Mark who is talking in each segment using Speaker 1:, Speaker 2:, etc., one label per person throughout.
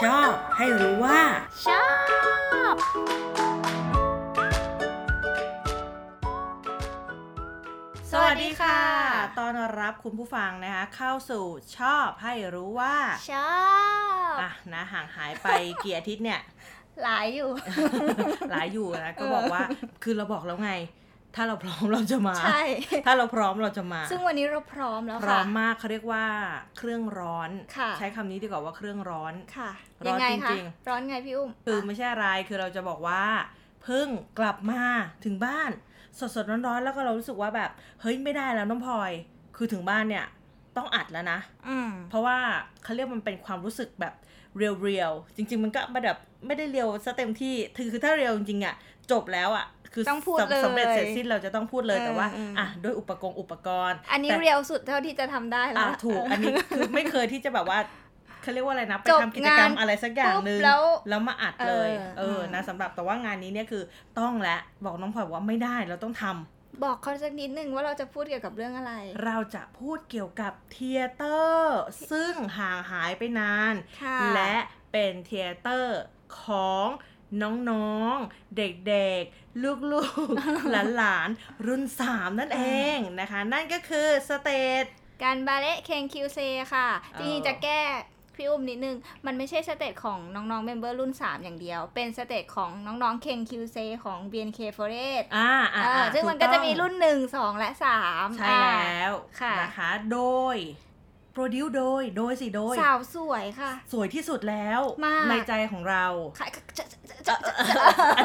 Speaker 1: ชอบ ให้รู้ว่า
Speaker 2: ชอบ
Speaker 1: สวัสดีค่ะ ตอนรับคุณผู้ฟังนะคะ เข้าสู่ชอบให้รู้ว่า
Speaker 2: ชอบ
Speaker 1: อ่ะนะห่างหายไปกี่อาทิตย์เนี่ย
Speaker 2: หลายอยู่
Speaker 1: หลายอยู่นะ ก็บอกว่าคือเราบอกแล้วไง ถ้าเราพร้อมเราจะมา
Speaker 2: ใช่
Speaker 1: ถ้าเราพร้อมเราจะมา
Speaker 2: ซึ่งวันนี้เราพร้อมแล้ว
Speaker 1: พร้อ
Speaker 2: ค่ะ
Speaker 1: มมากเขาเรียกว่าเครื่องร้อน
Speaker 2: ค่ะ
Speaker 1: ใช้คำนี้ดีกว่าว่าเครื่องร้อน
Speaker 2: ค่ะ
Speaker 1: ร้อน
Speaker 2: ยังไงคะ
Speaker 1: จริง
Speaker 2: ร้อนไงพี่อุ้ม
Speaker 1: คือไม่ใช่อะไรคือเราจะบอกว่าเพิ่งกลับมาถึงบ้าน สดๆร้อนๆแล้วก็เรารู้สึกว่าแบบ เฮ้ยไม่ได้แล้วน้องพลอย คือถึงบ้านเนี่ย ต้องอัดแล้วนะ
Speaker 2: อืม
Speaker 1: เพราะว่าเขาเรียกมันเป็นความรู้สึกแบบเรียวๆจริง ๆ มันก็แบบไม่ได้เรียวซะเต็มที่คือคือถ้าเรียวจริงๆอ่ะจบแล้วอ่ะคือ
Speaker 2: ต้องพูดเลย
Speaker 1: สำเร็จเสร็จสิ้นเราจะต้องพูดเลย
Speaker 2: เออ
Speaker 1: แต่ว่า
Speaker 2: เอออ่
Speaker 1: อ่ะด้วยอุปกรณ์อุปกรณ์
Speaker 2: อันนี้
Speaker 1: แต่
Speaker 2: เรียวสุดเท่าที่จะทำได้แล้
Speaker 1: อ่ะ
Speaker 2: ว
Speaker 1: ถูกอันนี้คือไม่เคยที่จะแบบว่าเขาเรียกว่าอะไรนะไป
Speaker 2: จบ
Speaker 1: ทำกิจกรรม
Speaker 2: งาน
Speaker 1: อะไรสักอย่างหนึ่ง
Speaker 2: ปุ๊บแล้ว
Speaker 1: แล้วมาอัดเลย
Speaker 2: เออ
Speaker 1: เออ
Speaker 2: เออ
Speaker 1: นะสำหรับแต่ว่างานนี้เนี่ยคือต้องและบอกน้องพลอยว่าไม่ได้เราต้องทำ
Speaker 2: บอกเขาสักนิดนึงว่าเราจะพูดเกี่ยวกับเรื่องอะไร
Speaker 1: เราจะพูดเกี่ยวกับเทเตอร์ซึ่งห่างหายไปนาน
Speaker 2: ค่ะ
Speaker 1: และเป็นเทเตอร์ของน้องๆ เด็กๆ ลูกๆ หลานๆ รุ่น 3 นั่นเองนะคะ นั่นก็คือสเตจ
Speaker 2: การบาเล่เคงคิวเซค่ะ
Speaker 1: เออ
Speaker 2: จริงๆจะแก้พี่อุ้มนิดนึง มันไม่ใช่สเตจของน้องๆเมมเบอร์รุ่น 3 อย่างเดียว เป็นสเตจของน้องๆเคงคิวเซของ BNK48
Speaker 1: อ่า
Speaker 2: เออซึ่งมันก็จะมีรุ่น 1 2 และ 3
Speaker 1: ใช่แล้ว
Speaker 2: ค่ะ
Speaker 1: นะคะ โดย โปรดิวโดย โดยสิโดย
Speaker 2: สาวสวยค่ะ
Speaker 1: สวยที่สุดแล้ว
Speaker 2: มาก
Speaker 1: ในใจของเรา
Speaker 2: ค่ะจะจะจะ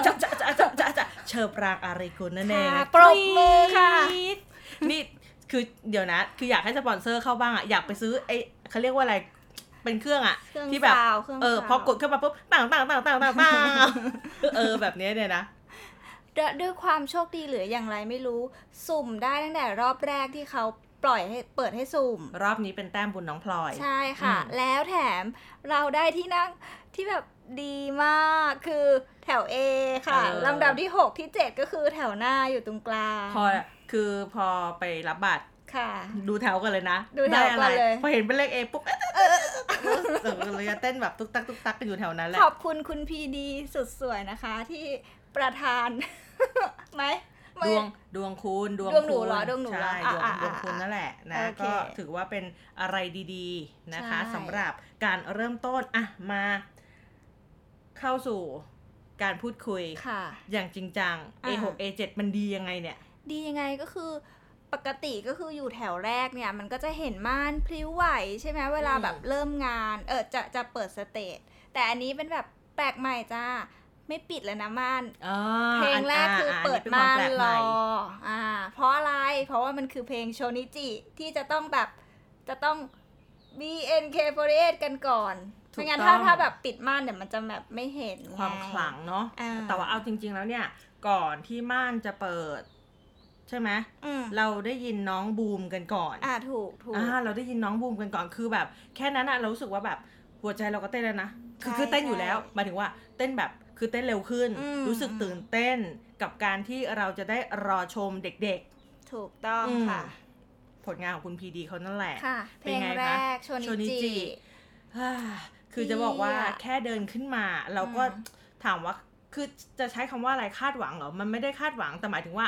Speaker 2: จะจะ
Speaker 1: อาจารย์จะจะจะจะจะเชอปรางอารีกุลนั่นเอง
Speaker 2: ค่ะปรบมือค่ะ
Speaker 1: นี่คือเดี๋ยวนะ คืออยากให้สปอนเซอร์เข้าบ้างอ่ะ อยากไปซื้อไอ้เขาเรียกว่าอะไร เป็นเครื่องอ่ะ
Speaker 2: เครื่อง
Speaker 1: ที่แบบ
Speaker 2: ซาวครื่ง
Speaker 1: เออ
Speaker 2: ซาว
Speaker 1: พอกดเข้ามาปุ๊บต่างต่างต่างต่างต่างต่างเออ แบบเนี้ยเนี่ยนะ
Speaker 2: ด้วยด้วยความโชคดีหรืออย่างไรไม่รู้ สุ่มได้ตั้งแต่รอบแรกที่เขาปล่อยให้เปิดให้สุ่ม
Speaker 1: รอบนี้เป็นแต้มบุญน้องพลอย
Speaker 2: ใช่ค่ะ
Speaker 1: อืม
Speaker 2: แล้วแถมเราได้ที่นั่งที่แบบดีมากคือแถว A ค่ะ
Speaker 1: เออ
Speaker 2: ลำดับที่ 6 ที่ 7 ก็คือแถวหน้าอยู่ตรงกลาง
Speaker 1: พอคือพอไปรับบัตร
Speaker 2: ค่ะ
Speaker 1: ดูแถวกันเลยนะ
Speaker 2: ดูแถว
Speaker 1: อะ
Speaker 2: ก่
Speaker 1: ไร
Speaker 2: อนเลย
Speaker 1: พอเห็นเป็นเลขเอปุ๊บเอ๊ะเออเลยจะเต้นแบบตุ๊กตักตุ๊กตักกันอยู่แถวนั้นแหละ
Speaker 2: ขอบคุณคุณพีดีสุดสวยนะคะที่ประธาน ไหมไม่
Speaker 1: ดวงดวงคุณดวง
Speaker 2: ดวงหนู
Speaker 1: คุณ
Speaker 2: เหรอดวงหนูเหรอ
Speaker 1: ใช่ดวง
Speaker 2: อ่ะ
Speaker 1: ดวง
Speaker 2: อ่ะ
Speaker 1: คุณนั่นแหละนะ
Speaker 2: โอเค
Speaker 1: ก็ถือว่าเป็นอะไรดีๆนะคะ
Speaker 2: ใช่
Speaker 1: สำหรับการเริ่มต้นอ่ะมา เข้าสู่การพูดคุย
Speaker 2: ค่ะ
Speaker 1: อย่างจริงจัง
Speaker 2: อ่ะ
Speaker 1: A6 A7 มันดียังไงเนี่ย
Speaker 2: ดียังไงก็คือปกติก็คืออยู่แถวแรกเนี่ย มันก็จะเห็นม่านพลิ้วไหวใช่ไหมเวลา
Speaker 1: อืม
Speaker 2: แบบเริ่มงานเออจะจะเปิดสเตจแต่อันนี้เป็นแบบแปลกใหม่จ้า ไม่ปิดแล้วนะม่าน
Speaker 1: อ่า
Speaker 2: เพลงแรกคืออนเปิด
Speaker 1: นนี้น
Speaker 2: ม่าน
Speaker 1: ควแปลก
Speaker 2: ร
Speaker 1: ให
Speaker 2: อ
Speaker 1: ม่
Speaker 2: อ่า เพราะอะไร เพราะว่ามันคือเพลงโชนิจิที่จะต้องแบบจะต้อง BNK48 กันก่อนไม่งั้นถ้าถ้าแบบปิดม่านเนี่ยมันจะแบบไม่เห็นไง
Speaker 1: ความขลังเนาะ
Speaker 2: อ่า
Speaker 1: แต่ว่าเอาจริง ๆ แล้วเนี่ย ก่อนที่ม่านจะเปิด ใช่ไหม
Speaker 2: อืม
Speaker 1: เราได้ยินน้องบูมกันก่อน
Speaker 2: อ่าถูกถูก
Speaker 1: อ่าเราได้ยินน้องบูมกันก่อนคือแบบ แค่นั้นอะเรารู้สึกว่าแบบหัวใจเราก็เต้นแล้วนะคือ
Speaker 2: ใช่
Speaker 1: คือเต้นอยู่
Speaker 2: ใช่
Speaker 1: แล้วหมายถึงว่าเต้นแบบคือเต้นเร็วขึ้น
Speaker 2: อืม
Speaker 1: รู้สึกตื่นเต้นกับการที่เราจะได้รอชมเด็ก
Speaker 2: ถูกต้อง
Speaker 1: อืม
Speaker 2: ค่ะ
Speaker 1: ๆ ผลงานของคุณพีดีเขานั่นแหละ
Speaker 2: ค่ะ
Speaker 1: เป็
Speaker 2: เพล
Speaker 1: น
Speaker 2: ง
Speaker 1: ไง
Speaker 2: แร
Speaker 1: คะ
Speaker 2: กโชนิ
Speaker 1: โชนิจิ
Speaker 2: จิ
Speaker 1: อ่าคือจะบอกว่า
Speaker 2: ดีอะ
Speaker 1: แค่เดินขึ้นมา เราก็
Speaker 2: อืม
Speaker 1: ถามว่าคือจะใช้คำว่าอะไรคาดหวังเหรอมันไม่ได้คาดหวังแต่หมายถึงว่า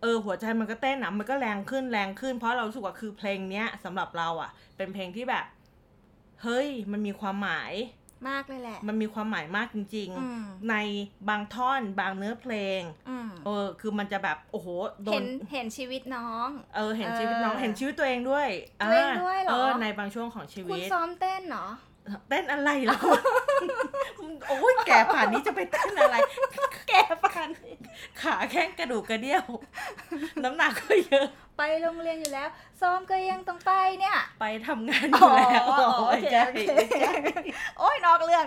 Speaker 1: เออหัวใจมันก็เต้นนะมันก็แรงขึ้นแรงขึ้น เพราะเรารู้สึกว่าคือเพลงเนี้ยสำหรับเราอ่ะ เป็นเพลงที่แบบ เฮ้ย มันมีความหมาย
Speaker 2: มากเลยแหละ
Speaker 1: มันมีความหมายมากจริง
Speaker 2: อืม
Speaker 1: ๆ ในบางท่อนบางเนื้อเพลง
Speaker 2: อืม
Speaker 1: เออ คือมันจะแบบโอ้โหโด
Speaker 2: เห็
Speaker 1: น
Speaker 2: นเห็นชีวิตน้อง
Speaker 1: เออเห็นชีวิตน้อง
Speaker 2: เออ
Speaker 1: เห็นชีวิตตัวเองด้วย
Speaker 2: ตัวเองด้วยเหรอ
Speaker 1: เออในบางช่วงของชี
Speaker 2: คุ
Speaker 1: วิ
Speaker 2: ณ
Speaker 1: ต
Speaker 2: ซ้อมเต้นเหรอ
Speaker 1: เต้นอะไรล่ะคุณ โอ้ยแก่ป่านนี้จะไปเต้นอะไร แก่ป่านนี้ขาแข้งกระดูกกระเดี่ยว น้ำหนักก็เยอะ
Speaker 2: ไปโรงเรียนอยู่แล้ว ซ้อมก็ยังต้องไปเนี่ย
Speaker 1: ไปทำงานอยู่แล้ว
Speaker 2: อ๋อโอเค
Speaker 1: ใช่
Speaker 2: โอเค โอ้ยนอกเรื่อง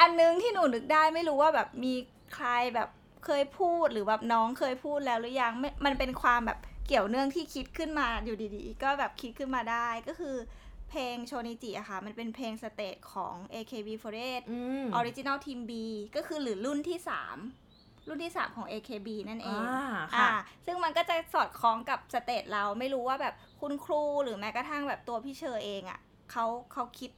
Speaker 2: อันนึงที่หนูนึกได้ไม่รู้ว่าแบบมีใครแบบเคยพูดหรือแบบน้องเคยพูดแล้วหรือยังไม่มันเป็นความแบบเกี่ยวเนื่องที่คิดขึ้นมาอยู่ดีๆ ก็แบบคิดขึ้นมาได้ก็คือเพลงโชนิจิอะค่ะ มันเป็นเพลงสเตจของ AKB48
Speaker 1: อืม
Speaker 2: ออริจิน l ลทีม B ก็คือหรือรุ่นที่ 3 รุ่นที่ 3 ของ AKB นั่นเอง
Speaker 1: อ่า
Speaker 2: อ่า
Speaker 1: ค่ะ
Speaker 2: ซึ่งมันก็จะสอดคล้องกับสเตจเราไม่รู้ว่าแบบคุณครูหรือแม้กระทั่งแบบตัวพี่เชอเองอะ่ะเขาเขาคิด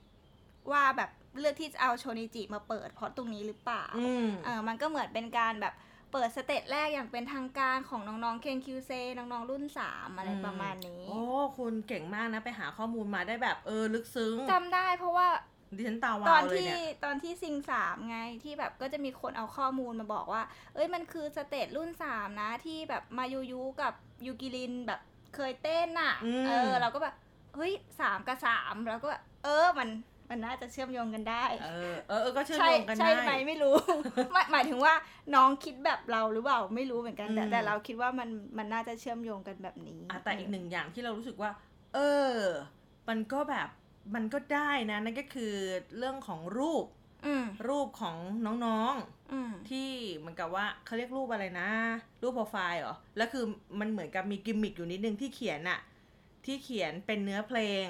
Speaker 2: ว่าแบบเลือกที่จะเอาโชนิจิมาเปิดเพราะตรงนี้หรือเปล่า
Speaker 1: อืม
Speaker 2: เออมันก็เหมือนเป็นการแบบเปิดสเตจแรกอย่างเป็นทางการของน้องๆ KQC น้องๆ รุ่น 3 อะไร
Speaker 1: อืม
Speaker 2: ประมาณนี้
Speaker 1: โอ้คุณเก่งมากนะไปหาข้อมูลมาได้แบบเออลึกซึ้ง
Speaker 2: จำได้เพราะว่า
Speaker 1: ดิฉันตา
Speaker 2: ต
Speaker 1: วา
Speaker 2: อ
Speaker 1: วน เลย
Speaker 2: ที่
Speaker 1: เนี่ย
Speaker 2: ตอนที่ซิงสามไงที่แบบก็จะมีคนเอาข้อมูลมาบอกว่า เอ้ยมันคือสเตจรุ่น 3 นะที่แบบมายูยูกับยูกิรินแบบเคยเต้นน่ะ เออ เราก็แบบ เฮ้ยสามกับสามแล้วก็แบบเออมันมันน่าจะเชื่อมโยงกันได้
Speaker 1: เออเออเออก็เชื่อม
Speaker 2: ใช่
Speaker 1: โยงกัน
Speaker 2: ใช่
Speaker 1: ได้
Speaker 2: ไหมไม่รู้ หมายหมายถึงว่าน้องคิดแบบเราหรือเปล่าไม่รู้เหมือนกันแต่
Speaker 1: อืม
Speaker 2: แต่เราคิดว่ามันมันน่าจะเชื่อมโยงกันแบบนี้
Speaker 1: อ่ะแต่อีกหนึ่งอย่างที่เรารู้สึกว่า เออ มันก็แบบมันก็ได้นะนั่นก็คือเรื่องของรูป
Speaker 2: อืม
Speaker 1: รูปของน้อง
Speaker 2: อืม
Speaker 1: ๆ ที่เหมือนกับว่าเขาเรียกรูปอะไรนะ รูปโปรไฟล์เหรอแล้วคือมันเหมือนกับมีกิมมิคอยู่นิดนึงที่เขียนอะที่เขียนเป็นเนื้อเพลง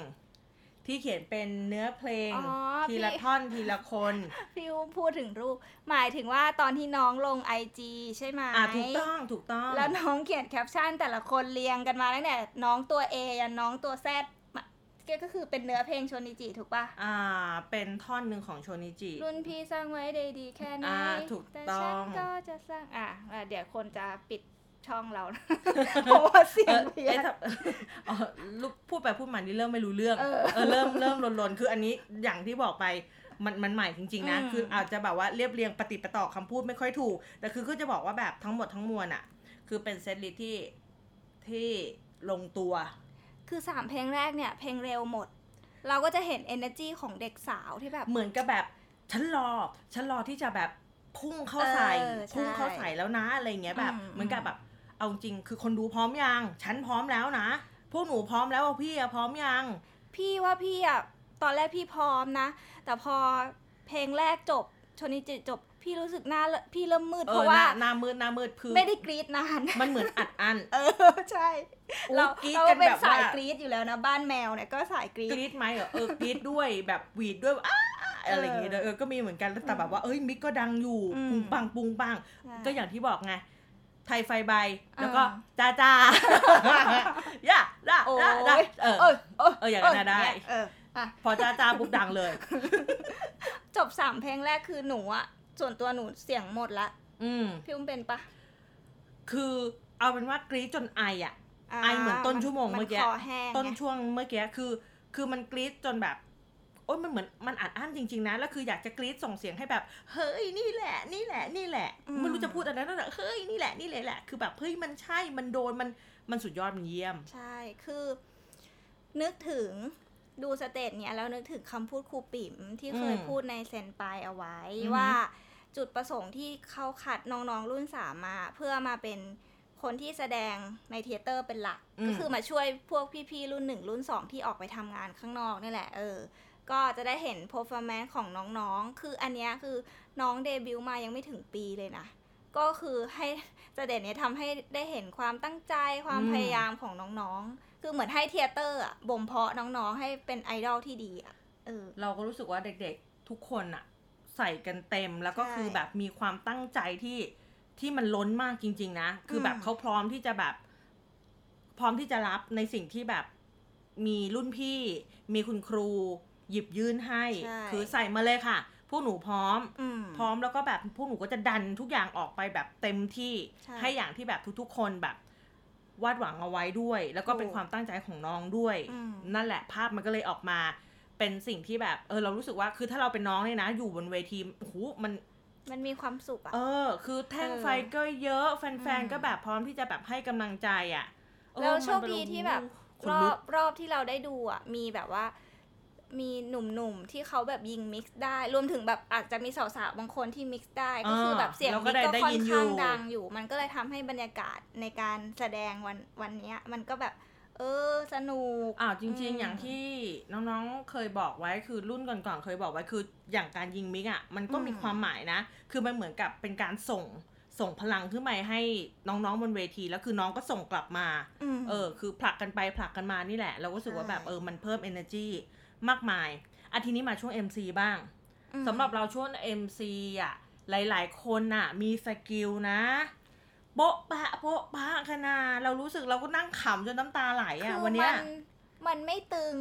Speaker 1: ที่เขียนเป็นเนื้อเพลง
Speaker 2: อ๋อ
Speaker 1: ที
Speaker 2: พี่
Speaker 1: ละท่อนทีละคน
Speaker 2: พี่อุ้มพูดถึงรูป หมายถึงว่าตอนที่น้องลงไอจีใช่ไหม
Speaker 1: อ่ะถูกต้องถูกต้อง
Speaker 2: แล้วน้องเขียนแคปชั่นแต่ละคนเรียงกันมาตั้งแต่น้องตัว A ยันน้องตัวแซดก็คือเป็นเนื้อเพลงชนิจิถูกปะ
Speaker 1: อ่า เป็นท่อนหนึ่งของโชนิจิ
Speaker 2: รุ่นพี่สร้างไว้ได้ดีแค่ไหน
Speaker 1: อ่าถูก
Speaker 2: แต่
Speaker 1: ต้
Speaker 2: ฉั
Speaker 1: อง
Speaker 2: นก็จะสร้างอ่ะอ่ะเดี๋ยวคนจะปิดช่อง เรานะ เพราะว่าเสีย
Speaker 1: เอง อ
Speaker 2: เพี้ย
Speaker 1: เอ๊ะ
Speaker 2: น
Speaker 1: ถ้า เออลูกพูดไปพูดมานี่เริ่มไม่รู้เรื่อง
Speaker 2: เออ
Speaker 1: เริ่มเริ่มลนๆคืออันนี้อย่างที่บอกไปมันมันใหม่จริง ๆ นะ
Speaker 2: อืม
Speaker 1: คืออาจจะแบบว่าเรียบเรียงปฏิดปะต่อคำพูดไม่ค่อยถูก แต่คือก็จะบอกว่าแบบทั้งหมดทั้งมวลอ่ะ คือเป็นเซตลิสต์ที่ที่ลงตัว
Speaker 2: คือสามเพลงแรกเนี่ย เพลงเร็วหมด เราก็จะเห็น energy ของเด็กสาวที่แบบ
Speaker 1: เหมือนกับแบบฉันรอฉันรอที่จะแบบพุ่งเข้าใส่
Speaker 2: เออใช่
Speaker 1: พุ่งเข้าใส่แล้วนะอะไรเงี้ยแบบ
Speaker 2: อืม
Speaker 1: เหมือนกับแบบเอาจริงคือคนดูพร้อมยังฉันพร้อมแล้วนะพวกหนูพร้อมแล้วอะพี่อะพร้อมยัง
Speaker 2: พี่ว่าพี่อ่ะ ตอนแรกพี่พร้อมนะ แต่พอเพลงแรกจบ ชนิจิจบ พี่รู้สึกหน้าเลอะพี่เริ่มมืด
Speaker 1: เอ
Speaker 2: เพ
Speaker 1: อ
Speaker 2: ราะ
Speaker 1: ห
Speaker 2: ว่า
Speaker 1: น้าหน้ามืดหน้ามืดคือ
Speaker 2: ไม่ได้กรีดนาน
Speaker 1: มันเหมือนอัดอั้น
Speaker 2: เออ ใช่ เรา
Speaker 1: อุ๊ย
Speaker 2: เรา
Speaker 1: กรี๊ด
Speaker 2: ก็
Speaker 1: กัน
Speaker 2: เป็
Speaker 1: แบ
Speaker 2: น
Speaker 1: บ
Speaker 2: สา
Speaker 1: ว่าย
Speaker 2: กรีดอยู่แล้วนะ บ้านแมวเนี่ยก็สายกรี
Speaker 1: ก
Speaker 2: ด
Speaker 1: รี๊ดไหมเหรอเออกรี๊ดด้วยแบบหวีดด้วยอ้าอะไรอย่างเงี้ยด้วยเออก็มีเหมือนกันแต่แบบว่าเอ้ยมิกก็ดังอยู่
Speaker 2: อืม
Speaker 1: ปุงปังปุงปัง
Speaker 2: ใช่
Speaker 1: ก็อย่างที่บอกไง ไทยไฟใบ แล้วก็
Speaker 2: อ่า
Speaker 1: จ้าจ้า ย่าด่า
Speaker 2: โอ้
Speaker 1: ด่าด่าย เออ
Speaker 2: เออเออ
Speaker 1: เอออย่างนั้นนะได้
Speaker 2: เอออ่ะ
Speaker 1: พอจ้าจ้าปุ๊บดังเลย
Speaker 2: จบสามเพลงแรกคือหนูอ่ะ ส่วนตัวหนูเสียงหมดละ
Speaker 1: อืม
Speaker 2: พี่อุ้มเป็นปะ
Speaker 1: คือเอาเป็นว่ากรี๊ดจนไออ่ะ
Speaker 2: า
Speaker 1: ไอเหมือนต้นชั่วโมงเมื่อกี้
Speaker 2: นคอแห้งไง
Speaker 1: ต้นช่วงเมื่อกี้คือ คือมันกรี๊ดจนแบบ โอ้ยมันเหมือนมันอัดอั้นจริงๆนะ แล้วคืออยากจะกรี๊ดส่งเสียงให้แบบ เฮ้ยนี่แหละ นี่แหละ นี่แหละ
Speaker 2: อืม
Speaker 1: ไม่รู้จะพูดอะไรนั่นแหละเฮ้ยนี่แหละนี่แหละแหละ คือแบบเฮ้ยมันใช่มันโดนมันมันสุดยอดมันเยี่ยม
Speaker 2: ใช่ คือ นึกถึงดูสเตจเนี้ยแล้วนึกถึงคำพูดครูปิ๋มที่เคย
Speaker 1: อืม
Speaker 2: พูดในเซนไปเอาไว้
Speaker 1: อือหือ
Speaker 2: ว่า จุดประสงค์ที่เขาคัดน้องๆรุ่นสามมา เพื่อมาเป็นคนที่แสดงในเทเตอร์เป็นหลัก ก็คือมาช่วยพวกพี่ๆ รุ่นหนึ่งรุ่นสองที่ออกไปทำงานข้างนอกนี่แหละ เออ ก็จะได้เห็น performance ของน้องๆ คืออันเนี้ยคือน้องเดบิวต์มายังไม่ถึงปีเลยนะ ก็คือให้ จะเด่นเนี้ยทำให้ได้เห็นความตั้งใจความ
Speaker 1: อืม
Speaker 2: พยายามของน้องๆ คือเหมือนให้เทเตอร์อะบ่มเพาะน้องๆ ให้เป็นไอดอลที่ดีอะเออ
Speaker 1: เราก็รู้สึกว่าเด็กๆ ทุกคนอะใส่กันเต็มแล้วก็
Speaker 2: ใช่
Speaker 1: คือแบบมีความตั้งใจที่ที่มันล้นมากจริง ๆ นะ คือแบบ
Speaker 2: อืม
Speaker 1: เขาพร้อมที่จะแบบ พร้อมที่จะรับในสิ่งที่แบบมีรุ่นพี่ มีคุณครูหยิบยื่นให้
Speaker 2: ใช่
Speaker 1: คือใส่มาเลยค่ะ พวกหนูพร้อม
Speaker 2: อืม
Speaker 1: พร้อมแล้วก็แบบพวกหนูก็จะดันทุกอย่างออกไปแบบเต็มที่
Speaker 2: ใช่
Speaker 1: ให้อย่างที่แบบทุกๆ คนแบบวาดหวังเอาไว้ด้วย แล้วก็เป็น
Speaker 2: ถูก
Speaker 1: ความตั้งใจของน้องด้วย
Speaker 2: อืม
Speaker 1: นั่นแหละภาพมันก็เลยออกมาเป็นสิ่งที่แบบ เออเรารู้สึกว่าคือถ้าเราเป็นน้องเนี่ยนะ อยู่บนเวทีโอ้โหมัน
Speaker 2: มันมีความสุขอะ
Speaker 1: เออ คือแท่ง
Speaker 2: เออ
Speaker 1: ไฟก็เยอะแฟน
Speaker 2: อืม
Speaker 1: ๆก็แบบพร้อมที่จะแบบให้กำลังใจอ่ะเออ
Speaker 2: แล้ว
Speaker 1: มัน
Speaker 2: โชคดีที่แบบ
Speaker 1: ขน
Speaker 2: รอ
Speaker 1: ลุก
Speaker 2: บรอบที่เราได้ดูอ่ะ มีแบบว่า มีหนุ่มๆ ที่เขาแบบยิงมิกซ์ได้ รวมถึงแบบอาจจะมีสาวๆ บางคนที่มิกซ์ได้ ก็คือแบบเสียง
Speaker 1: เราก็
Speaker 2: มิก
Speaker 1: ได้
Speaker 2: ซ์ก็
Speaker 1: ได้
Speaker 2: ค่อ
Speaker 1: ยิ
Speaker 2: น
Speaker 1: นอยู่
Speaker 2: ข้างดังอยู่ มันก็เลยทำให้บรรยากาศในการแสดงวันวันเนี้ย มันก็แบบ เออ สนุก
Speaker 1: อ้าวจริง
Speaker 2: อืม
Speaker 1: ๆ อย่างที่น้องๆ เคยบอกไว้คือรุ่นก่อนๆ เคยบอกไว้คืออย่างการยิงมิกอ่ะมันก็มี
Speaker 2: อืม
Speaker 1: ความหมายนะ คือมันเหมือนกับเป็นการส่งส่งพลังขึ้นไปให้น้องๆ บนเวทีแล้วคือน้องก็ส่งกลับมา
Speaker 2: ม
Speaker 1: เออคือผลักกันไปผลักกันมานี่แหละ เราก็รู้สึกว่า
Speaker 2: ใช่
Speaker 1: แบบเออมันเพิ่ม energy มากมายอาทีนี้มาช่วง MC บ้าง
Speaker 2: ม
Speaker 1: สำหรับเราช่วง MC อ่ะหลายๆ คนอ่ะมีสกิลนะโป๊ะปะโป๊ะปะขนาดเรารู้สึกเราก็นั่งขำจนน้ำตาไหลอ่ะ
Speaker 2: คือ
Speaker 1: วันเนี้ย
Speaker 2: มันมันไม่ตึง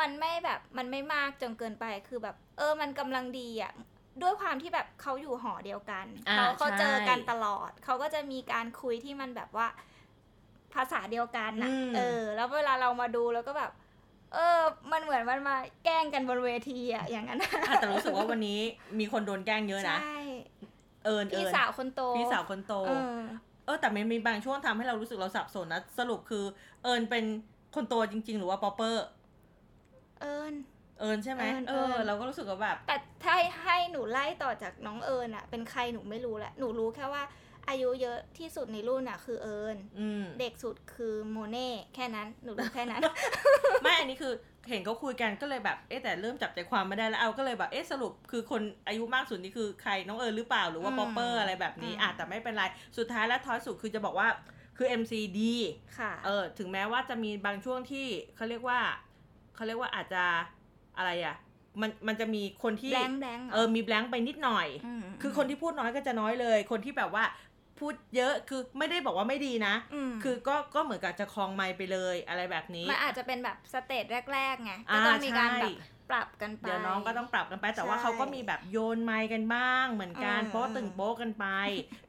Speaker 2: มันไม่แบบมันไม่มากจนเกินไปคือแบบ เออมันกำลังดีอ่ะด้วยความที่แบบเขาอยู่หอเดียวกัน
Speaker 1: อ่า
Speaker 2: เขาเขา
Speaker 1: ใช่
Speaker 2: เจอกันตลอด เขาก็จะมีการคุยที่มันแบบว่า ภาษาเดียวกันน่ะ
Speaker 1: อืม
Speaker 2: เออ แล้วเวลาเรามาดูแล้วก็แบบ เออ มันเหมือนมันมาแกล้งกันบนเวทีอะอย่างนั้น
Speaker 1: อ่ะแต่รู้สึกว่าวันนี้มีคนโดนแกล้งเยอะ
Speaker 2: ใช
Speaker 1: นะ
Speaker 2: ่
Speaker 1: เอิญ
Speaker 2: พี่
Speaker 1: เอิญ
Speaker 2: สาวคนโต
Speaker 1: พี่สาวคนโต
Speaker 2: เออ
Speaker 1: เออแต่มันมีบางช่วงทำให้เรารู้สึกเราสับสนนะ สรุปคือเอิญเป็นคนโตจริง ๆ หรือว่าป๊อปเปอร์
Speaker 2: เอิญ
Speaker 1: เอิญใช่ไหม
Speaker 2: เอิญ
Speaker 1: เออ
Speaker 2: เอิญ
Speaker 1: เราก็รู้สึกว่าแบบ
Speaker 2: แต่ถ้าให้หนูไล่ต่อจากน้องเอิญอะเป็นใครหนูไม่รู้แหละหนูรู้แค่ว่าอายุเยอะที่สุดในรุ่นอะคือเอิญ
Speaker 1: อืม
Speaker 2: เด็กสุดคือโมเน่แค่นั้นหนูรู้แค่ นั้น
Speaker 1: ไม่อันนี้คือเห็นเขาคุยกันก็เลยแบบเอ๊ะแต่เริ่มจับใจความไม่ได้แล้วเอาก็เลยแบบเอ๊ะสรุปคือคนอายุมากสุดนี่คือใครน้องเอิญหรือเปล่าหรือว่า
Speaker 2: อืม
Speaker 1: ป๊อปเปอร์อะไรแบบนี้
Speaker 2: อืม
Speaker 1: อ่ะแต่ไม่เป็นไรสุดท้ายแล้วท้ายสุดคือจะบอกว่าคือ MC ดี
Speaker 2: ค่ะ
Speaker 1: เออถึงแม้ว่าจะมีบางช่วงที่เขาเรียกว่าเขาเรียกว่าอาจจะอะไรอ่ะมันมันจะมีคนที่
Speaker 2: แบงค์แบงค์
Speaker 1: เออมีแบงค์ไปนิดหน่อย
Speaker 2: ม
Speaker 1: คือคนที่พูดน้อยก็จะน้อยเลย คนที่แบบว่าพูดเยอะคือไม่ได้บอกว่าไม่ดีนะ
Speaker 2: ม
Speaker 1: คือก็ก็เหมือนกับจะคลองไมค์ไปเลยอะไรแบบนี้
Speaker 2: มันอาจจะเป็นแบบสเตจแรกๆไงก็
Speaker 1: อ่า
Speaker 2: ต้องมีการแบบ
Speaker 1: ใช่
Speaker 2: ปรับกันไป
Speaker 1: เดี๋ยวน้องก็ต้องปรับกันไป แต่
Speaker 2: ใช่
Speaker 1: ว่าเขาก็มีแบบโยนไมค์กันบ้างเหมือนกัน
Speaker 2: อืม
Speaker 1: โป๊ะตึงโป๊ะกันไป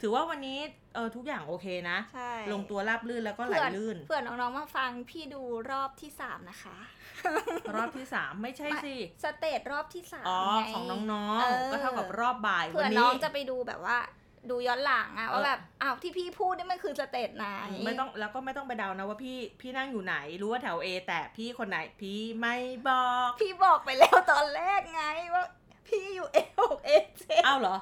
Speaker 1: ถือว่าวันนี้เออทุกอย่างโอเคนะ
Speaker 2: ใช่
Speaker 1: ลงตัวราบลื่นแล้วก็ไหลลื่น
Speaker 2: เผื่อน้องๆมาฟังพี่ดูรอบที่สามนะคะ
Speaker 1: รอบที่สามไม่ใช่สิ
Speaker 2: สเตจรอบที่สาม
Speaker 1: อ๋อ
Speaker 2: ไ
Speaker 1: ของน้อง
Speaker 2: เออ
Speaker 1: ๆก็เท่ากับรอบบ่าย
Speaker 2: เผื่
Speaker 1: วั
Speaker 2: อน น้อ
Speaker 1: นี้
Speaker 2: งจะไปดูแบบว่า ดูย้อนหลังอะ
Speaker 1: เออ
Speaker 2: ว่าแบบอ้าวที่พี่พูดนี่มันคือสเตจไหน
Speaker 1: ไม่ต้องแล้วก็ไม่ต้องไปเดานะว่าพี่พี่นั่งอยู่ไหนรู้ว่าแถว A แต่พี่คนไหนพี่ไม่บอก
Speaker 2: พี่บอกไปแล้วตอนแรกไงว่า พี่อยู่เอหกเอเจ็
Speaker 1: อ้าวเหรอ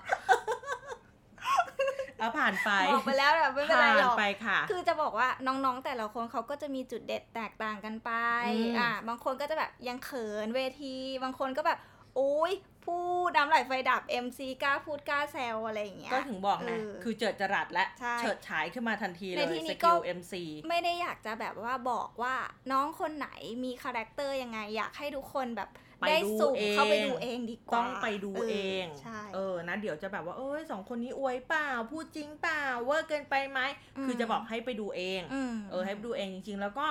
Speaker 1: เอาผ่านไป
Speaker 2: บอกไปแล้วแบบไม่เป็นไรหร
Speaker 1: ผ่า
Speaker 2: อก
Speaker 1: ไปค่ะ
Speaker 2: คือจะบอกว่าน้องๆ แต่ละคนเขาก็จะมีจุดเด็ดแตกต่างกันไป
Speaker 1: อืม
Speaker 2: อ่ะบางคนก็จะแบบยังเขินเวที บางคนก็แบบอุ้ยพูดน้ำไหลไฟดับ MC กล้าพูดกล้าแซวอะไรอย่างเงี้ย
Speaker 1: ก็ถึงบอกไง
Speaker 2: เออ
Speaker 1: คือเจิดจรัสและ
Speaker 2: ใช่
Speaker 1: เฉิดฉายขึ้นมาทันทีเลย
Speaker 2: ในที่นี้
Speaker 1: ส
Speaker 2: ก็
Speaker 1: กิล MC
Speaker 2: ไม่ได้อยากจะแบบว่าบอกว่าน้องคนไหนมีคาแรคเตอร์ยังไง อยากให้ทุกคนแบบ
Speaker 1: ไป
Speaker 2: ได้
Speaker 1: ดู
Speaker 2: สูง
Speaker 1: เอง
Speaker 2: เข้าไปดูเองดีกว่า
Speaker 1: ต้องไปดูเอง
Speaker 2: ใช่
Speaker 1: เออนะเดี๋ยวจะแบบว่าเอ้ยสองคนนี้อวยเปล่า พูดจริงเปล่าเวอร์เกินไปไหมคือจะบอกให้ไปดูเอง
Speaker 2: ม
Speaker 1: เออให้ไปดูเองจริง ๆ แล้วก็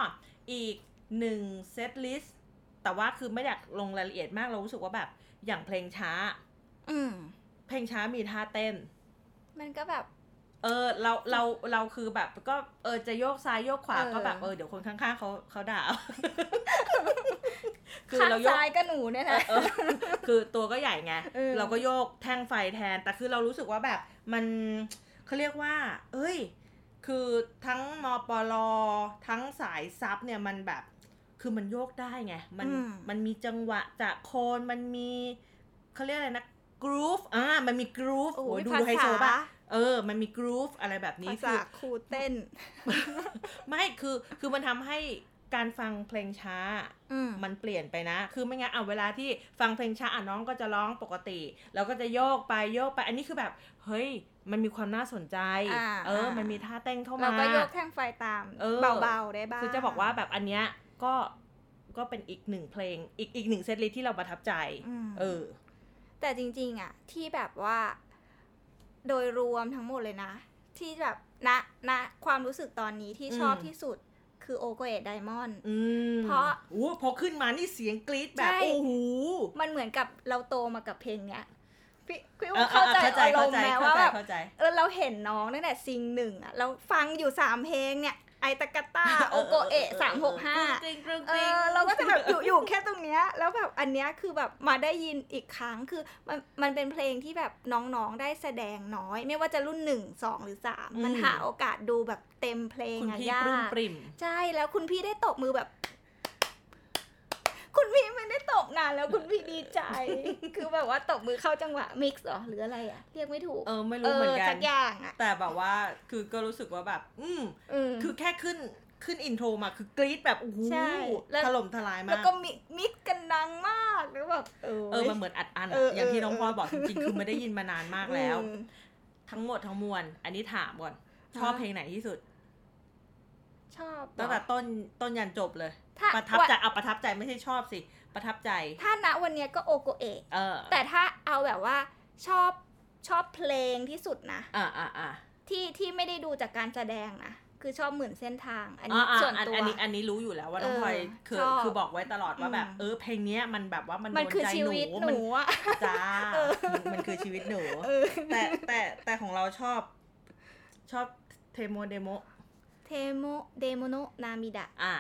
Speaker 1: อีกหนึ่งเซตลิสต์แต่ว่าคือไม่อยากลงรายละเอียดมากเรารู้สึกว่าแบบอย่างเพลงช้า
Speaker 2: อืม
Speaker 1: เพลงช้ามีท่าเต้น
Speaker 2: มันก็แบบ
Speaker 1: เออเราเราเราคือแบบก็เออจะโยกซ้ายโยกขวา
Speaker 2: เออ
Speaker 1: ก็แบบเออเดี๋ยวคนข้างๆเขาเขาด่าเอาคือ
Speaker 2: ข้าง
Speaker 1: เราโยก
Speaker 2: ซ้ายก็หนูเนี่ยนะ
Speaker 1: เออคือตัวก็ใหญ่ไง
Speaker 2: เออ
Speaker 1: เราก็โยกแท่งไฟแทน แต่คือเรารู้สึกว่าแบบมันเขาเรียกว่า เอ้ย คือทั้งมปลทั้งสายซับเนี่ยมันแบบ คือมันโยกได้ไงมันมันมีจังหวะจากโคนมันมีเขาเรียกอะไรนะกรูฟอ่ามันมีกรูฟโอ้โหดูดูไฮโซป่ะ เออ มันมีกรูฟอะไรแบบนี้
Speaker 2: ภา
Speaker 1: คื
Speaker 2: ษา
Speaker 1: อ
Speaker 2: ครูเต้น
Speaker 1: ไม่คือคือมันทำให้การฟังเพลงช้า
Speaker 2: อืม
Speaker 1: มันเปลี่ยนไปนะ คือไม่งั้นเอาเวลาที่ฟังเพลงช้าอ่ะน้องก็จะร้องปกติ แล้วก็จะโยกไปโยกไป อันนี้คือแบบ เฮ้ย มันมีความน่าสนใจ
Speaker 2: า
Speaker 1: เออ
Speaker 2: อ่ามั
Speaker 1: มันมีท่าเต้นเข้ามา
Speaker 2: เราก็โยกแท่งไฟตาม
Speaker 1: เออ
Speaker 2: เบาๆได้บ้าง
Speaker 1: คือจะบอกว่าแบบอันเนี้ยก็ก็เป็นอีกหนึ่งเพลง อีกอีกหนึ่งเซตลิสต์ที่เราประทับใจ
Speaker 2: ม
Speaker 1: เออ
Speaker 2: แต่จริงๆอะที่แบบว่า โดยรวมทั้งหมดเลยนะ ที่แบบณณความรู้สึกตอนนี้ที่
Speaker 1: อืม
Speaker 2: ชอบที่สุดคือโอโกเอะไดมอนด์
Speaker 1: อืม
Speaker 2: เพราะ
Speaker 1: โอ้พอขึ้นมานี่เสียงกรี๊ดแบบ
Speaker 2: ใช่
Speaker 1: โอ้โห
Speaker 2: มันเหมือนกับเราโตมากับเพลงเนี้ยพี่พี่
Speaker 1: เอ
Speaker 2: อุ้
Speaker 1: อ
Speaker 2: ม
Speaker 1: เอ
Speaker 2: เข้า
Speaker 1: อ
Speaker 2: ใจ
Speaker 1: เข้าใจ
Speaker 2: อาร
Speaker 1: เข้าม
Speaker 2: ณ์
Speaker 1: ใจ
Speaker 2: ไหม
Speaker 1: เข้าใจ
Speaker 2: ว่าแบบ
Speaker 1: เข้าใจ
Speaker 2: เออเราเห็นน้องตั้งแต่ซิงหนึ่งอะเราฟังอยู่สามเพลงเนี่ย ไอตะกะ ตาโอโกเอะสามหกห้า
Speaker 1: กริ๊งกริ๊ง
Speaker 2: เอก
Speaker 1: ริ๊ง
Speaker 2: อเราก็จะแบบอยู่อยู่แค่ตรงเนี้ยแล้วแบบอันเนี้ยคือแบบมาได้ยินอีกครั้งคือมันมันเป็นเพลงที่แบบน้องๆได้แสดงน้อย ไม่ว่าจะรุ่นหนึ่งสองหรือสาม
Speaker 1: อืม
Speaker 2: มันหาโอกาสดูแบบเต็มเพลง
Speaker 1: คุณ
Speaker 2: อะ
Speaker 1: พี่
Speaker 2: ยา
Speaker 1: ปรุ่ม
Speaker 2: ก
Speaker 1: ปริ่ม
Speaker 2: ใช่แล้วคุณพี่ได้ตบมือแบบ คุณพี่ไม่ได้ตบนานแล้วคุณพี่ดีใจ คือแบบว่าตบมือเข้าจังหวะมิกซ์หรอหรืออะไรอะเรียกไม่ถูก
Speaker 1: เออไม่รู้เหมือนกั
Speaker 2: สั
Speaker 1: น
Speaker 2: กอย่างอะ
Speaker 1: แต่แบบว่าคือก็รู้สึกว่าแบบ อืม
Speaker 2: อืม
Speaker 1: คือแค่ขึ้นขึ้นอินโทรมาคือกรี๊ดแบบโอ้โห
Speaker 2: ใช่แล้ว
Speaker 1: ถล่มทลายมา
Speaker 2: แล้ว
Speaker 1: ก
Speaker 2: ก็มิมิกซ์กันดังมากแล้วแบบเออ
Speaker 1: เออมันเหมือนอัดอัน
Speaker 2: เอ
Speaker 1: อะ
Speaker 2: อ
Speaker 1: อย่างที่
Speaker 2: เออ
Speaker 1: น้องพลอย
Speaker 2: เออ
Speaker 1: บอกจริงๆคือไม่ได้ยินมานานมากแล้ว
Speaker 2: อืม
Speaker 1: ทั้งหมดทั้งมวลอันนี้ถามก่อน ชอบ
Speaker 2: ฮะ
Speaker 1: เพลงไหนที่สุด
Speaker 2: ชอบเหรอ
Speaker 1: ตั้งแต่ต้นต้นยันจบเลย
Speaker 2: ถ้า
Speaker 1: ประทับ
Speaker 2: วัน
Speaker 1: ใจเอาประทับใจไม่ใช่ชอบสิ ประทับใจ
Speaker 2: ถ้าณวันเนี้ยก็โอโกเอะ
Speaker 1: เออ
Speaker 2: แต่ถ้าเอาแบบว่าชอบชอบเพลงที่สุดนะ
Speaker 1: อ่าอ่าอ่า
Speaker 2: ที่ที่ไม่ได้ดูจากการแสดงนะ คือชอบหมื่นเส้นทาง อัน
Speaker 1: อ่า
Speaker 2: นี้
Speaker 1: อ่า
Speaker 2: ส่วน
Speaker 1: อัน
Speaker 2: ตัว
Speaker 1: อันนี้อันนี้รู้อยู่แล้วว่าน้อง
Speaker 2: เออ
Speaker 1: พลอยคือ
Speaker 2: ชอบ
Speaker 1: คือบอกไว้ตลอดว่าแบบ
Speaker 2: อืม
Speaker 1: เออเพลงเนี้ยมันแบบว่ามัน
Speaker 2: มัน
Speaker 1: โดน
Speaker 2: คือ
Speaker 1: ใจ
Speaker 2: ชี
Speaker 1: หนู
Speaker 2: วิตห
Speaker 1: มัน
Speaker 2: นูอะ
Speaker 1: จ้ามันมันคือชีวิตหนู
Speaker 2: เออ
Speaker 1: แต่แต่แต่ของเราชอบ ชอบเทโมเดโม
Speaker 2: เทโมเดโมโนนามิดะ
Speaker 1: อ่า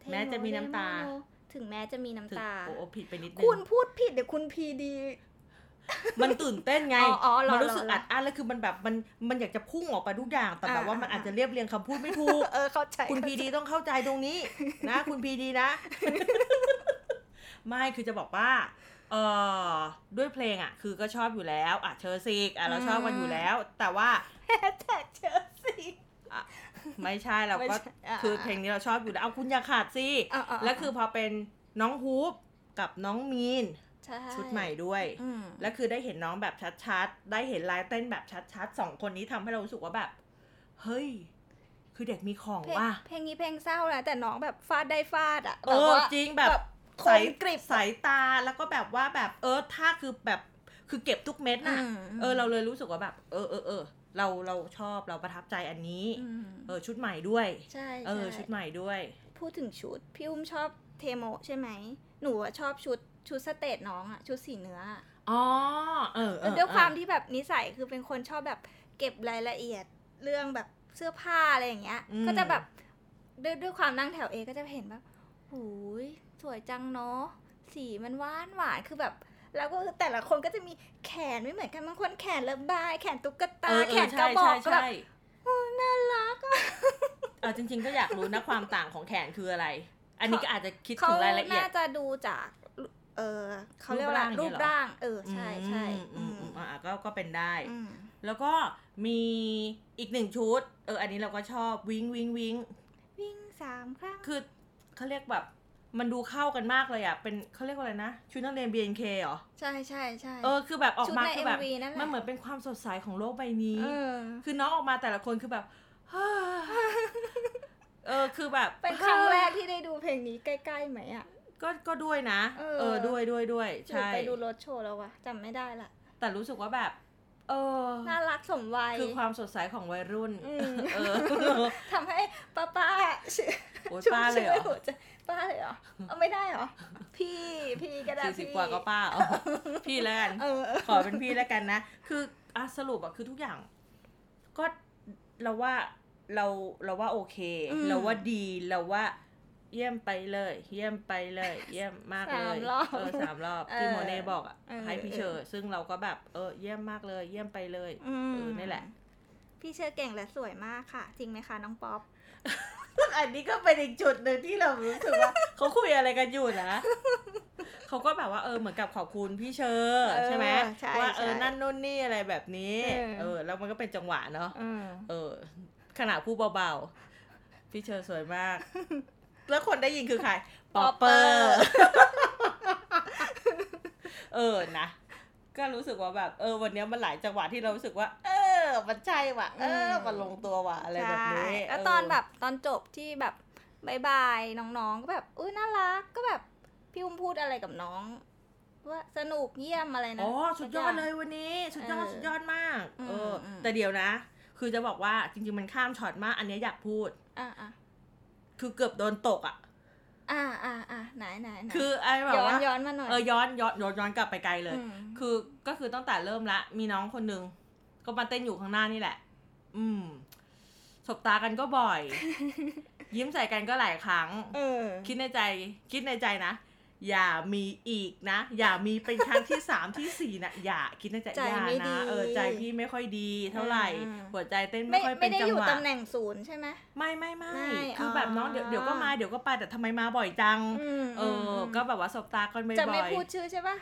Speaker 2: เทโ
Speaker 1: แม้จะมีน้ำตา
Speaker 2: เดโมโนถึงแม้จะมีน้ำ
Speaker 1: ถึง
Speaker 2: ตา
Speaker 1: โอ้โอ้ผิดไปนิดนึ
Speaker 2: คุณ
Speaker 1: ง
Speaker 2: พูดผิดเดี๋ยวคุณพีดี
Speaker 1: มันตื่นเต้นไง
Speaker 2: อ๋ออ๋อรอ
Speaker 1: มันรู้สึก
Speaker 2: รอรออั
Speaker 1: อัดอั้นแล้วคือมันแบบมันมันอยากจะพุ่งออกไปทุกอย่างแต่แบบ
Speaker 2: อ่า
Speaker 1: ว่ามัน
Speaker 2: อ่า
Speaker 1: อาจจะเรียบเรียงคำพูดไม่ถูก
Speaker 2: เออเข้าใจ
Speaker 1: คุณพีดีต้องเข้าใจตรงนี้ นะคุณพีดีนะ ไม่คือจะบอกว่าเออด้วยเพลงอ่ะ คือก็ชอบอยู่แล้วอ่ะเชอร์ซิกอ่ะเราชอบกันอยู่แล้ว แต่ว่า
Speaker 2: แฮชแท็กเชอซี
Speaker 1: ไม่ใช่เราก็คือเพลงนี้เราชอบอยู่แล้วเอาคุณอย่าขาดสิแล้วคือพอเป็นน้องฮูปกับน้องมีน ชุดใหม่ด้วย
Speaker 2: แล้ว
Speaker 1: แล้วคือได้เห็นน้องแบบชัดๆ ได้เห็นลายเต้นแบบชัดๆสองคนนี้ทำให้เรารู้สึกว่าแบบ เฮ้ย คือเด็กมีของ
Speaker 2: เพลง
Speaker 1: ว่ะ
Speaker 2: เพลงนี้เพลงเศร้านะแต่น้องแบบฟาดได้ฟาดอ่ะ
Speaker 1: เอ
Speaker 2: แบบ
Speaker 1: อ
Speaker 2: ว่า
Speaker 1: จริงแบบ
Speaker 2: แบบคม
Speaker 1: สาย
Speaker 2: กริบ
Speaker 1: สายตาแล้วก็แบบว่าแบบเออท่าคือแบบคือเก็บทุกเม็ดน่ะ
Speaker 2: อืม
Speaker 1: เออเราเลยรู้สึกว่าแบบ เออเออเออเราเราชอบเราประทับใจอันนี้
Speaker 2: อืม
Speaker 1: เออชุดใหม่ด้วย
Speaker 2: ใช่
Speaker 1: เออ
Speaker 2: ใช่
Speaker 1: ชุดใหม่ด้วย
Speaker 2: พูดถึงชุด พี่อุ้มชอบเทโมใช่ไหม หนูอะชอบชุดชุดสเตทน้องอ่ะ ชุดสีเนื้ออะ
Speaker 1: อ๋อเออเออ
Speaker 2: ด้วยความ
Speaker 1: เออ
Speaker 2: ที่แบบนิสัยคือเป็นคนชอบแบบเก็บรายละเอียดเรื่องแบบเสื้อผ้าอะไรอย่างเงี้ย ก็จะแบบด้วยด้วยความนั่งแถวเอก็จะเห็นแบบหูยสวยจังเนาะสีมันหวานหวานคือแบบ แล้วก็แต่ละคนก็จะมีแขนไม่เหมือนกันบางคนแขนระบาย แขนตุ๊กตา
Speaker 1: เออเอ
Speaker 2: แข
Speaker 1: อน
Speaker 2: ก
Speaker 1: ใช่
Speaker 2: ระบอก
Speaker 1: ใช่
Speaker 2: ก็แบบ
Speaker 1: ใช่
Speaker 2: น่ารักอะ
Speaker 1: เออจริง ๆ ก็อยากรู้นะความต่างของแขนคืออะไร อันนี้ก็อาจจะคิดถึงรายละเอียด
Speaker 2: น่าจะดูจาก เออเขาเรียกว่า
Speaker 1: รู
Speaker 2: รู
Speaker 1: ป
Speaker 2: ป
Speaker 1: ร่า
Speaker 2: ร่าง ง เออ ใช่ใช่
Speaker 1: อื
Speaker 2: อื
Speaker 1: ม
Speaker 2: ม
Speaker 1: อืมอืมอ่ะก็ก็เป็นได้
Speaker 2: อืม
Speaker 1: แล้วก็มีอีกหนึ่งชุด เออ อันนี้เราก็ชอบวิงวิงวิง
Speaker 2: วิ่งสามครั้ง
Speaker 1: คือเขาเรียกแบบ มันดูเข้ากันมากเลยอ่ะ เป็นเขาเรียกว่าอะไรนะ ชุดนักเรียน BNK เหรอ
Speaker 2: ใช่ใช่ใช่
Speaker 1: เออ คือแบบออก
Speaker 2: ชุด
Speaker 1: มา
Speaker 2: ใน
Speaker 1: คือแบบ
Speaker 2: MV นั่นแหละ
Speaker 1: มันเหมือนเป็นความสดใสของโลกใบนี้
Speaker 2: เออ
Speaker 1: คือน้องออกมาแต่ละคนคือแบบ เออ คือแบบ
Speaker 2: เป็นครั้งแรกที่ได้ดูเพลงนี้ใกล้ๆไหมอ่ะ
Speaker 1: ก็ก็ด้วยนะ
Speaker 2: เออ
Speaker 1: เออ ด้วยด้วยด้วย
Speaker 2: หรือ
Speaker 1: ใช่
Speaker 2: ไปดูรถโชว์แล้ววะจำไม่ได้ละ
Speaker 1: แต่รู้สึกว่าแบบ เออ
Speaker 2: น่ารักสมวัย
Speaker 1: คือความสดใสของวัยรุ่น
Speaker 2: อืม
Speaker 1: เออ
Speaker 2: ทำให้ป้าป้าๆชื่อ
Speaker 1: โอ้ย
Speaker 2: ชุบ
Speaker 1: ป้าเลย
Speaker 2: ชื่
Speaker 1: เหร
Speaker 2: อ
Speaker 1: อ
Speaker 2: หัวใจป้าเลยเหรอ เอาไม่ได้เหรอ พี่พี่ก็ได้
Speaker 1: สี่สิบ
Speaker 2: พี่
Speaker 1: กว่าก็ป้าเอา พี่แล้วกัน
Speaker 2: เออ
Speaker 1: ขอเป็นพี่แล้วกันนะ คืออ่ะสรุปอะคือทุกอย่าง ก็เราว่าเราเราว่าโอเค
Speaker 2: อืม
Speaker 1: เราว่าดีเราว่า เยี่ยมไปเลย เยี่ยมไปเลย เยี่ยมมากเลย
Speaker 2: สามรอบ
Speaker 1: เออสามรอบ
Speaker 2: เออ
Speaker 1: ที่โมเน่บอกอะ
Speaker 2: เออ
Speaker 1: ให้พี่เชอร์ซึ่งเราก็แบบเออเยี่ยมมากเลย เยี่ยมไปเลย
Speaker 2: อืม
Speaker 1: เออนี่แหละ
Speaker 2: พี่เชื่อเก่งและสวยมากค่ะ จริงไหมคะน้องป๊อป
Speaker 1: อันนี้ก็เป็นอีกจุดหนึ่งที่เรารู้สึกว่า เขาคุยอะไรกันอยู่นะ เขาก็แบบว่าเออเหมือนกับขอบคุณพี่เชอร์
Speaker 2: เออ
Speaker 1: ใช่ไหม
Speaker 2: ใช่
Speaker 1: ว่าเออ
Speaker 2: ใช่
Speaker 1: นั่นนู่นนี่อะไรแบบนี้
Speaker 2: เออ
Speaker 1: เออ แล้วมันก็เป็นจังหวะเนาะ
Speaker 2: เออ
Speaker 1: เออขณะผู้เบาๆ พี่เชอร์สวยมาก แล้วคนได้ยินคือใครป๊
Speaker 2: ป๊
Speaker 1: อ
Speaker 2: อ
Speaker 1: ป
Speaker 2: ป
Speaker 1: เป
Speaker 2: เป
Speaker 1: อ
Speaker 2: อร์
Speaker 1: ร์ เออนะก็รู้สึกว่าแบบ เออ วันเนี้ยมันหลายจังหวะที่เรารู้สึกว่า เออ มันใช่ว่ะเออ มันลงตัวว่ะอะไรแบบนี้
Speaker 2: ใช่แล้ว
Speaker 1: เ
Speaker 2: ตอนแบบตอนจบที่แบบบายบายน้องๆก็แบบอุ้ยน่ารักก็แบบพี่อุ้มพูดอะไรกับน้อง ว่าสนุกเยี่ยมอะไรนะ
Speaker 1: อ๋อสุดยอด
Speaker 2: สักาง
Speaker 1: เลยวันนี้สุดยอด
Speaker 2: เออ
Speaker 1: สุดยอดมาก
Speaker 2: อืม
Speaker 1: เอออ
Speaker 2: ม
Speaker 1: แต่เดี๋ยวนะ คือจะบอกว่าจริง ๆ มันข้ามช็อตมากอันเนี้ยอยากพูด
Speaker 2: อ่าอ่า
Speaker 1: คือเกือบโดนตกอ่ะ
Speaker 2: อ่าอ่าอ่าไหนไหนไหน
Speaker 1: คือไอ้แบบ
Speaker 2: ย้อน
Speaker 1: ว่า
Speaker 2: ย้อนมาหน่อย
Speaker 1: เออย้อนย้อนย้อนย้อนกลับไปไกลเลย
Speaker 2: อืม
Speaker 1: คือก็คือตั้งแต่เริ่มละ มีน้องคนหนึ่งก็มาเต้นอยู่ข้างหน้านี่แหละ อืมสบตากันก็บ่ อย ยิ้มใส่กันก็หลายครั้ง
Speaker 2: เออ
Speaker 1: คิดในใจ คิดในใจนะ อย่ามีอีกนะ อย่ามีเป็นครั้งที่สามที่สี่นะอย่าคิดในใจอย่านะ เออใจพี่ไม่ค่อยดีเท่าไหร่ หัวใจเต้น
Speaker 2: ไม่
Speaker 1: ไม่ค่อยเป็
Speaker 2: ไม่
Speaker 1: น
Speaker 2: ได้
Speaker 1: จั
Speaker 2: อง ยู่
Speaker 1: หวะ
Speaker 2: ตำแหน่งศูนย์ใช่ไหม
Speaker 1: ไม่ไม่ไม่
Speaker 2: ไม่
Speaker 1: คือแบบน้องเดี๋ยว
Speaker 2: อ๋อ
Speaker 1: เดี๋ยวก็มาเดี๋ยวก็ไปแต่ทำไมมาบ่อยจัง
Speaker 2: ม
Speaker 1: เอออ
Speaker 2: ม
Speaker 1: ก็แบบว่าสบตากันบ่อย
Speaker 2: จะไม่พูดชื่อใช่ปะ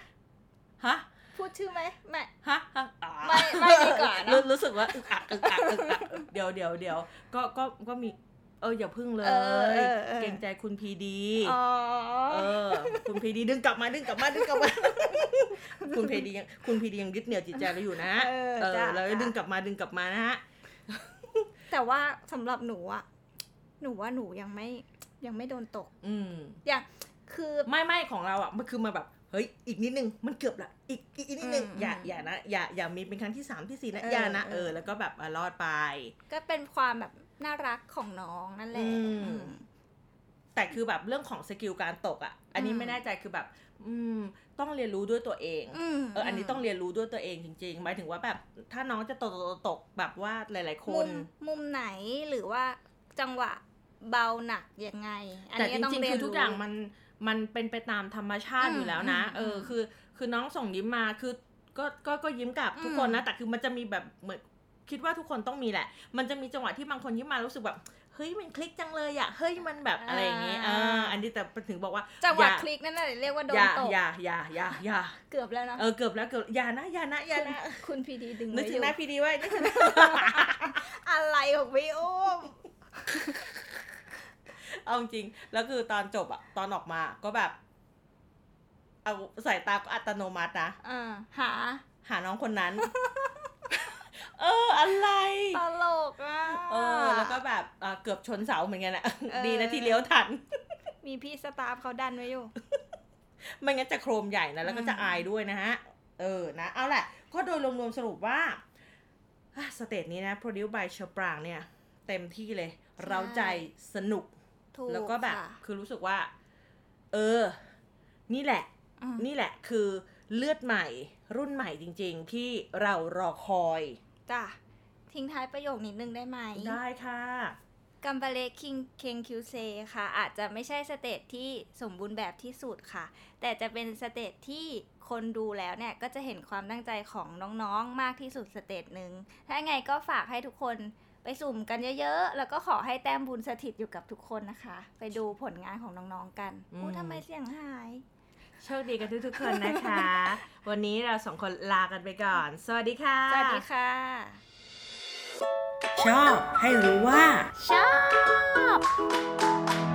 Speaker 1: ฮะ
Speaker 2: พูดชื่อไหมไม่
Speaker 1: ฮะฮะอ่า
Speaker 2: ไม่ไม่ดีกว่านะ
Speaker 1: รู้รู้สึกว่าอึกอักอึกอักอึกอักเดี๋ยวเดี๋ยวเดี๋ยวก็ก็ก็มีเอออย่าพึ่งเล
Speaker 2: เออย เออออ
Speaker 1: เกรงใจคุณพีดี
Speaker 2: อ๋อ
Speaker 1: เออ คุณพีดีดึงกลับมาดึงกลับมาดึงกลับมา คุณพีดียังคุณพีดียังยึดเหนี่ยวจิตใจเราอยู่นะ
Speaker 2: เออ
Speaker 1: เออ
Speaker 2: จ้ะ
Speaker 1: เราจะ
Speaker 2: จ้ะ
Speaker 1: ดึงกลับมาดึงกลับมานะฮะ
Speaker 2: แต่ว่าสำหรับหนูอะหนูว่าหนูยังไม่ยังไม่โดนตก
Speaker 1: อืม
Speaker 2: คือ
Speaker 1: ไม่ไม่ของเราอ่ะมันคือมาแบบเฮ้ยอีกนิดนึงมันเกือบละอีกอีกอีกนิดนึง
Speaker 2: อืม
Speaker 1: อย่าอย่านะอย่าอย่ามีเป็นครั้งที่สามที่สี่นะ
Speaker 2: เออ
Speaker 1: อย่านะ
Speaker 2: เออ
Speaker 1: เออแล้วก็แบบอ่ะรอดไป
Speaker 2: ก็เป็นความแบบ น่ารักของน้องนั่นแหละ
Speaker 1: อืม
Speaker 2: อืม
Speaker 1: แต่คือแบบเรื่องของสกิลการตกอะ่ะ อันนี้
Speaker 2: อืม
Speaker 1: ไม่แน่ใจคือแบบ อืม ต้องเรียนรู้ด้วยตัวเอง
Speaker 2: อืม
Speaker 1: เอออันนี้ต้องเรียนรู้ด้วยตัวเองจริงๆหมายถึงว่าแบบถ้าน้องจะตกตกตกแบบว่าหลาย ๆ ค
Speaker 2: มุ
Speaker 1: น
Speaker 2: มมุมไหนหรือว่าจังหวะเบาหนักยังไง อัน
Speaker 1: แต่จ
Speaker 2: นี้ต้อง
Speaker 1: ริง
Speaker 2: เรี
Speaker 1: ๆ
Speaker 2: ย
Speaker 1: คือ
Speaker 2: น
Speaker 1: ทุ
Speaker 2: รู้
Speaker 1: กอย่างมันมันเป็นไปตามธรรมชาติ
Speaker 2: อืม
Speaker 1: อยู่แล้วนะ
Speaker 2: อืม
Speaker 1: เอออ
Speaker 2: ม
Speaker 1: คือคือน้องส่งยิ้มมาคือก็ก็ก็ยิ้มกลับทุกคนนะแต่คือมันจะมีแบบเหมือนคิดว่าทุกคนต้องมีแหละ มันจะมีจังหวะที่บางคนยิ้มมารู้สึกแบบเฮ้ยมันคลิกจังเลยอะเฮ้ยมันแบบอะไรอย่างเงี้ยเอ
Speaker 2: อ่
Speaker 1: อ
Speaker 2: า
Speaker 1: อันนี้แต่ถึงบอกว่า
Speaker 2: จังหวะคลิกนั่นแหละเรียกว่าโด
Speaker 1: อน ย่า
Speaker 2: ตก
Speaker 1: อย่าอย่าอย่าอย่า
Speaker 2: เกือบแล้วเนาะ
Speaker 1: เออเกือบแล้วเกือบอย่านะอย่านะอย่า
Speaker 2: คุณ
Speaker 1: นะ
Speaker 2: คุณพีดีดึง
Speaker 1: นึ
Speaker 2: ไว้
Speaker 1: ก
Speaker 2: อ
Speaker 1: ถึง
Speaker 2: ยู่
Speaker 1: หน้าพี่ดีไว้นึกถึงหน้า
Speaker 2: อะไรของพี่อุ้ม
Speaker 1: เอาจริงๆแล้วคือตอนจบอะตอนออกมาก็แบบ เอาสายตาก็อัตโนมัตินะ
Speaker 2: อ่าหา
Speaker 1: หาน้องคน นั้น เออ อะไร
Speaker 2: ตลกอ่ะ
Speaker 1: เออ แล้วก็แบบเอ่อเกือบชนเสาเหมือนกันแหละ
Speaker 2: เออ
Speaker 1: ดีนะที่เลี้ยวทัน
Speaker 2: มีพี่สตาฟเขาดันไว้อยู่
Speaker 1: ไม่งั้นจะโครมใหญ่นะ แล้วก็จะ
Speaker 2: อืม
Speaker 1: อายด้วยนะฮะ เออ นะ เอาแหละ ก็โดยรวมๆสรุปว่าอ่ะสเตจนี้นะ produce by เชอปรางเนี่ย เต็มที่เลย เราใจสนุก
Speaker 2: ถูก
Speaker 1: แล้วก็แบบ
Speaker 2: ค่ะ
Speaker 1: คือรู้สึกว่า เออ นี่แหละ
Speaker 2: อืม
Speaker 1: นี่แหละคือเลือดใหม่ รุ่นใหม่จริง ๆ ที่เรารอคอย
Speaker 2: จ้ะ ทิ้งท้ายประโยคนิดนึงได้ไหม
Speaker 1: ได้ค่ะ
Speaker 2: กัมบาเลคิงเคงคิวเซค่ะ อาจจะไม่ใช่สเตจที่สมบูรณ์แบบที่สุดค่ะ แต่จะเป็นสเตจที่คนดูแล้วเนี่ย ก็จะเห็นความตั้งใจของน้องๆมากที่สุดสเตจหนึ่งถ้ายังไงก็ฝากให้ทุกคนไปสุ่มกันเยอะๆ แล้วก็ขอให้แต้มบุญสถิตอยู่กับทุกคนนะคะ ไปดูผลงานของน้องๆกัน
Speaker 1: อืม
Speaker 2: อู้ทำไมเสียงหาย
Speaker 1: โชคดีกันทุกๆคนนะคะ วันนี้เราสองคนลากันไปก่อน สวัสดีค่ะ
Speaker 2: สวัสดีค่ะ
Speaker 1: ชอบให้รู้ว่า
Speaker 2: shop